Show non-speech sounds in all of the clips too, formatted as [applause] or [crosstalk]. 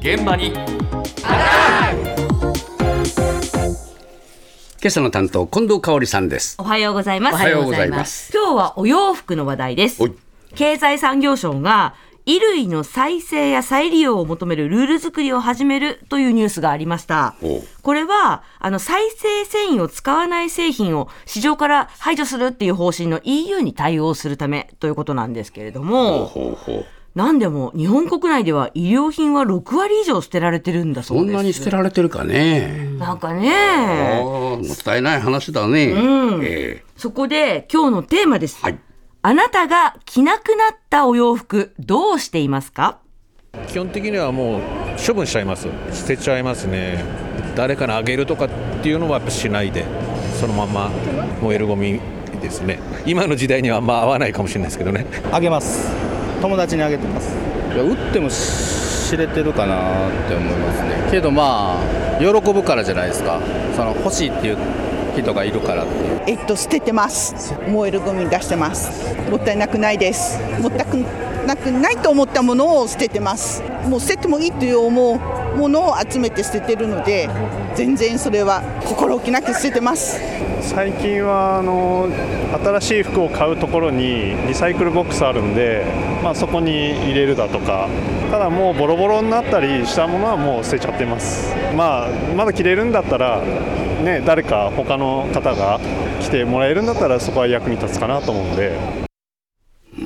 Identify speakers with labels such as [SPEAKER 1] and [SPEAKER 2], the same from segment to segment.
[SPEAKER 1] 現場に
[SPEAKER 2] 今朝の担当近藤香織さんです
[SPEAKER 3] おはようございます。
[SPEAKER 2] おはようございます
[SPEAKER 3] 今日はお洋服の話題です
[SPEAKER 2] おい。
[SPEAKER 3] 経済産業省が衣類の再生や再利用を求めるルール作りを始めるというニュースがありました
[SPEAKER 2] おう。
[SPEAKER 3] これは、あの、再生繊維を使わない製品を市場から排除するっていう方針の EU に対応するためということなんですけれど
[SPEAKER 2] ほう
[SPEAKER 3] も、
[SPEAKER 2] ほうほう
[SPEAKER 3] なんでも日本国内では衣料品は6割以上捨てられてるんだそう
[SPEAKER 2] そ
[SPEAKER 3] です。
[SPEAKER 2] んなに捨てられてるかね、
[SPEAKER 3] なんか
[SPEAKER 2] ああ
[SPEAKER 3] ね、
[SPEAKER 2] もったいない話だね、
[SPEAKER 3] うん
[SPEAKER 2] え
[SPEAKER 3] そこで今日のテーマです。
[SPEAKER 2] はい
[SPEAKER 3] あなたが着なくなったお洋服どうしていますか
[SPEAKER 4] 基本的にはもう処分しちゃいます捨てちゃいますね誰かにあげるとかっていうのはやっぱしないでそのまんま燃えるゴミですね今の時代にはあんま合わないかもしれないですけどね
[SPEAKER 5] あげます友達にあげてますいや打っても知れてるかなって思いますねけどまあ喜ぶからじゃないですかその欲しいっていう人がいるからっていう
[SPEAKER 6] えっと、捨ててます燃えるゴミに出してますもったいなくないですもったくなくないと思ったものを捨ててますもう捨ててもいいという思うものを集めて捨ててるので全然それは心置きなく捨ててます
[SPEAKER 7] 最近はあの新しい服を買うところにリサイクルボックスあるんで、まあ、そこに入れるだとかただもうボロボロになったりしたものはもう捨てちゃってます、まあ、まだ着れるんだったら、ね、誰か他の方が来てもらえるんだったらそこは役に立つかなと思うんで。
[SPEAKER 2] え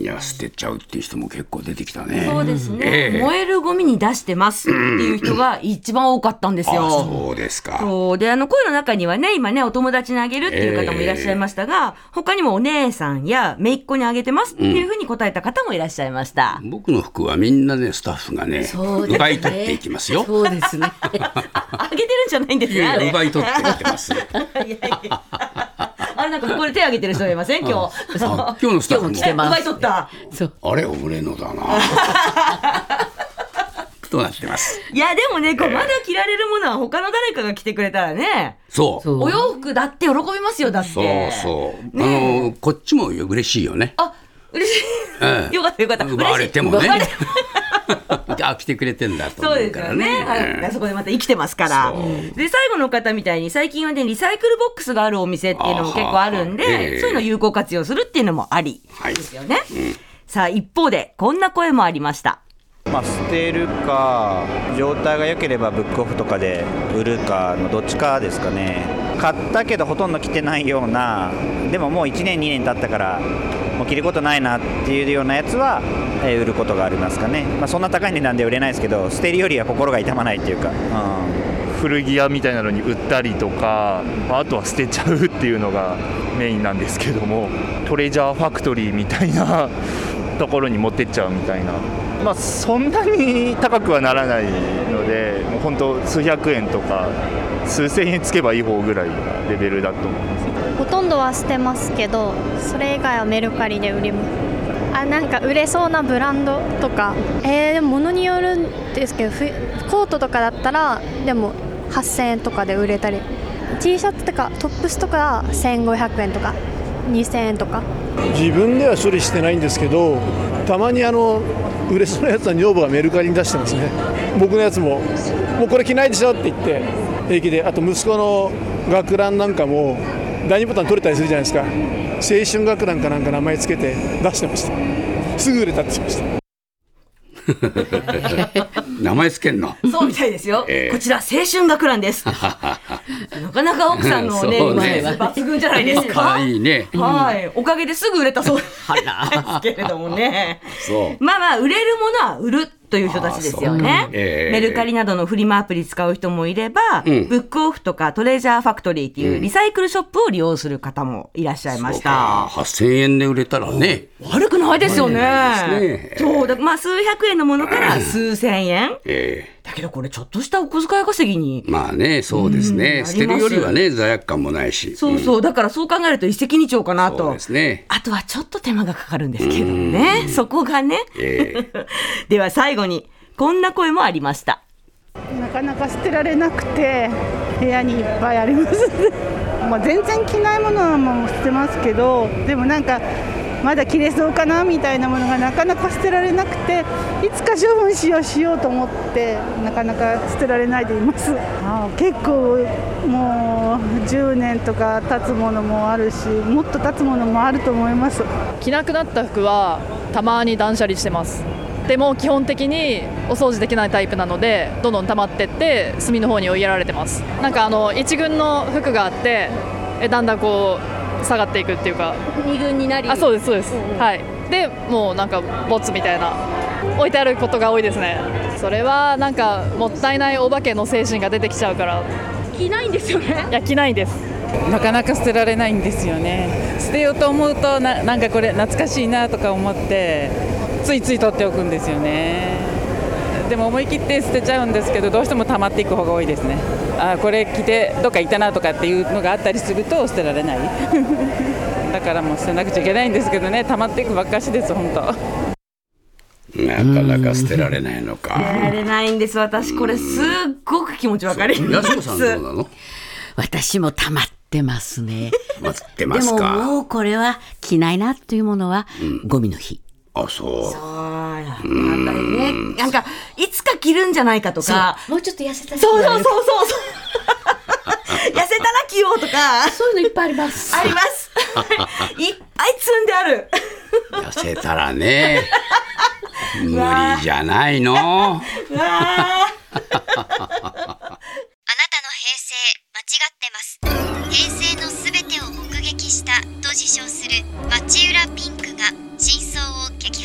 [SPEAKER 2] いや捨てちゃうっていう人も結構出てきたね
[SPEAKER 3] そうですね、
[SPEAKER 2] ええ
[SPEAKER 3] 燃えるゴミに出してますっていう人が一番多かったんです
[SPEAKER 2] あ
[SPEAKER 3] よ。
[SPEAKER 2] そうですか
[SPEAKER 3] そうであの声の中にはね今ねお友達にあげるっていう方もいらっしゃいましたが、他にもお姉さんや姪っ子にあげてますっていうふうに答えた方もいらっしゃいました。
[SPEAKER 2] 僕の服はみんなねスタッフがね
[SPEAKER 8] そうですね
[SPEAKER 2] 奪い取っていきますよ
[SPEAKER 8] そうですね。
[SPEAKER 3] [laughs] あげてるんじゃないんです
[SPEAKER 2] い
[SPEAKER 3] ね。あ
[SPEAKER 2] やい
[SPEAKER 3] れ
[SPEAKER 2] や奪い取
[SPEAKER 3] [laughs]
[SPEAKER 2] っていってます
[SPEAKER 3] いやいやあれなんかここで手挙げてる人いません今日。
[SPEAKER 2] あ今日のスタッフも
[SPEAKER 8] 今日も来てます
[SPEAKER 3] 奪い取った。
[SPEAKER 8] そう。
[SPEAKER 2] あれ俺のだな
[SPEAKER 8] [laughs]
[SPEAKER 2] となってます
[SPEAKER 3] いやでもねこうまだ着られるものは他の誰かが着てくれたらね。
[SPEAKER 2] そう
[SPEAKER 8] そう
[SPEAKER 3] お洋服だって喜びますよだって。
[SPEAKER 2] そうそう、
[SPEAKER 3] ねえ
[SPEAKER 2] あのこっちも嬉しいよね
[SPEAKER 3] あ嬉しい。
[SPEAKER 2] ええ
[SPEAKER 3] [laughs] よかったよかった。
[SPEAKER 2] 奪われても
[SPEAKER 3] 嬉
[SPEAKER 2] ね
[SPEAKER 3] しい奪わ
[SPEAKER 2] [laughs]
[SPEAKER 3] れ
[SPEAKER 2] あ来てくれてんだと
[SPEAKER 3] そう
[SPEAKER 2] 思う
[SPEAKER 3] です
[SPEAKER 2] か
[SPEAKER 3] よ
[SPEAKER 2] ら
[SPEAKER 3] ね
[SPEAKER 2] ね。
[SPEAKER 3] はい、そこでまた生きてますから
[SPEAKER 2] そう。
[SPEAKER 3] で、最後の方みたいに、最近はね、リサイクルボックスがあるお店っていうのも結構あるん
[SPEAKER 2] あーえ
[SPEAKER 3] で、
[SPEAKER 2] え
[SPEAKER 3] そういうのを有効活用するっていうのもあり
[SPEAKER 2] はい
[SPEAKER 3] ですよね。さあ、一方で、こんな声もありました。
[SPEAKER 9] まあ、捨てるか状態が良ければブックオフとかで売るかのどっちかですかね買ったけどほとんど着てないようなでももう1年2年経ったからもう着ることないなっていうようなやつは、えー売ることがありますかね、まあ、そんな高い値段では売れないですけど捨てるよりは心が痛まないっていうか、うん、
[SPEAKER 7] 古着屋みたいなのに売ったりとか、まあ、あとは捨てちゃうっていうのがメインなんですけどもトレジャーファクトリーみたいなところに持ってっちゃうみたいな、 [laughs] まあ、そんなに高くはならないのでもう本当数百円とか数千円つけばいい方ぐらいなレベルだと思います
[SPEAKER 10] ほとんどは捨てますけどそれ以外はメルカリで売りますあなんか売れそうなブランドとかえー、でも物によるんですけどふコートとかだったらでも8000円とかで売れたり T シャツとかトップスとか1500円とか2000円とか
[SPEAKER 11] 自分では処理してないんですけどたまにあの売れそうなやつは女房がメルカリに出してますね僕のやつももうこれ着ないでしょって言って平気であと息子の学ランなんかも第2ボタン取れたりするじゃないですか青春学ランかなんか名前つけて出してましたすぐ売れたって言ってました
[SPEAKER 2] 名前つけんの。
[SPEAKER 3] そうみたいですよ。
[SPEAKER 2] ええ
[SPEAKER 3] こちら、青春学ラン [laughs] です。なかなか奥さんの [laughs] ね、
[SPEAKER 2] そう
[SPEAKER 3] 今
[SPEAKER 2] ね
[SPEAKER 3] ね、抜群じゃな
[SPEAKER 2] [laughs]
[SPEAKER 3] いです [laughs] か。
[SPEAKER 2] あいいね。
[SPEAKER 3] はい、おかげですぐ売れたそうです
[SPEAKER 2] あ
[SPEAKER 3] けれどもね。
[SPEAKER 2] そう。
[SPEAKER 3] まあまあ、売れるものは売るという人たちですよ
[SPEAKER 2] あーそう。
[SPEAKER 3] ね
[SPEAKER 2] ええ
[SPEAKER 3] メルカリなどのフリマアプリ使う人もいれば、
[SPEAKER 2] うん
[SPEAKER 3] ブックオフとかトレジャーファクトリーっていうリサイクルショップを利用する方もいらっしゃいました。
[SPEAKER 2] 八千円で売れたらね。
[SPEAKER 3] 悪くないですよ
[SPEAKER 2] 悪くない
[SPEAKER 3] ね
[SPEAKER 2] で。すね
[SPEAKER 3] そう、だまあ数百円のものから数千円。
[SPEAKER 2] え
[SPEAKER 3] だけどこれちょっとしたお小遣い稼ぎに
[SPEAKER 2] えまあね、そうですね。
[SPEAKER 3] うん
[SPEAKER 2] 捨てるよりはね、罪悪感もないし。
[SPEAKER 3] そうそう、だからそう考えると一石二鳥かな
[SPEAKER 2] うんそう
[SPEAKER 3] と
[SPEAKER 2] で。すね。
[SPEAKER 3] あとはちょっと手間がかかるんですけどね。そこがね。
[SPEAKER 2] ええ
[SPEAKER 3] [laughs] では最後に、こんな声もありました。
[SPEAKER 6] なかなか捨てられなくて部屋にいっぱいあ [laughs] りますまあ全然着ないものはもう捨てますけどでもなんかまだ切れそうかなみたいなものがなかなか捨てられなくていつか処分しようしようと思ってなかなか捨てられないでいますあー結構もう10年とか経つものもあるしもっと経つものもあると思います
[SPEAKER 10] 着なくなった服はたまに断捨離してますでも基本的にお掃除できないタイプなのでどんどん溜まってって隅の方に追いやられてますなんかあの一軍の服があってえだんだんこう下がっていくっていうか
[SPEAKER 12] 二軍になり
[SPEAKER 10] あそうですそうです、
[SPEAKER 12] んうん
[SPEAKER 10] はいでもうなんかボツみたいな置いてあることが多いですねそれはなんかもったいないお化けの精神が出てきちゃうから
[SPEAKER 12] 着ないんですよね
[SPEAKER 10] いや着ないです
[SPEAKER 13] なかなか捨てられないんですよね捨てようと思うとななんかこれ懐かしいなとか思ってついつい取っておくんですよねでも思い切って捨てちゃうんですけどどうしても溜まっていく方が多いですねあーこれ着てどっか行ったなとかっていうのがあったりすると捨てられない [laughs] だからもう捨てなくちゃいけないんですけどね溜まっていくばっかしです本当
[SPEAKER 2] なかなか捨てられないのか。
[SPEAKER 3] やられないんです私これすっごく気持ちわかりま
[SPEAKER 2] 安野さんどう
[SPEAKER 3] す
[SPEAKER 2] なの
[SPEAKER 14] [laughs] 私も溜まってますね。
[SPEAKER 2] 待ってますか
[SPEAKER 14] でももうこれは着ないなというものは、ゴミの日。
[SPEAKER 2] あ、そう。
[SPEAKER 3] なんだよねなんかいつか着るんじゃないかとか
[SPEAKER 14] もうちょっと痩せたら
[SPEAKER 3] そうそうそうそう
[SPEAKER 2] [laughs]
[SPEAKER 3] そう痩せたら着ようとか
[SPEAKER 14] そういうのいっぱいあります
[SPEAKER 3] あります
[SPEAKER 2] [laughs]
[SPEAKER 3] いっぱい積んである
[SPEAKER 14] [laughs]
[SPEAKER 2] 痩せたらね。無理じゃないの。
[SPEAKER 3] うわー
[SPEAKER 15] 平成のすべてを目撃したと自称する町浦ピンクが真相を激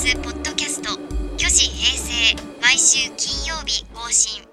[SPEAKER 15] ポッドキャスト「巨子平成」毎週金曜日更新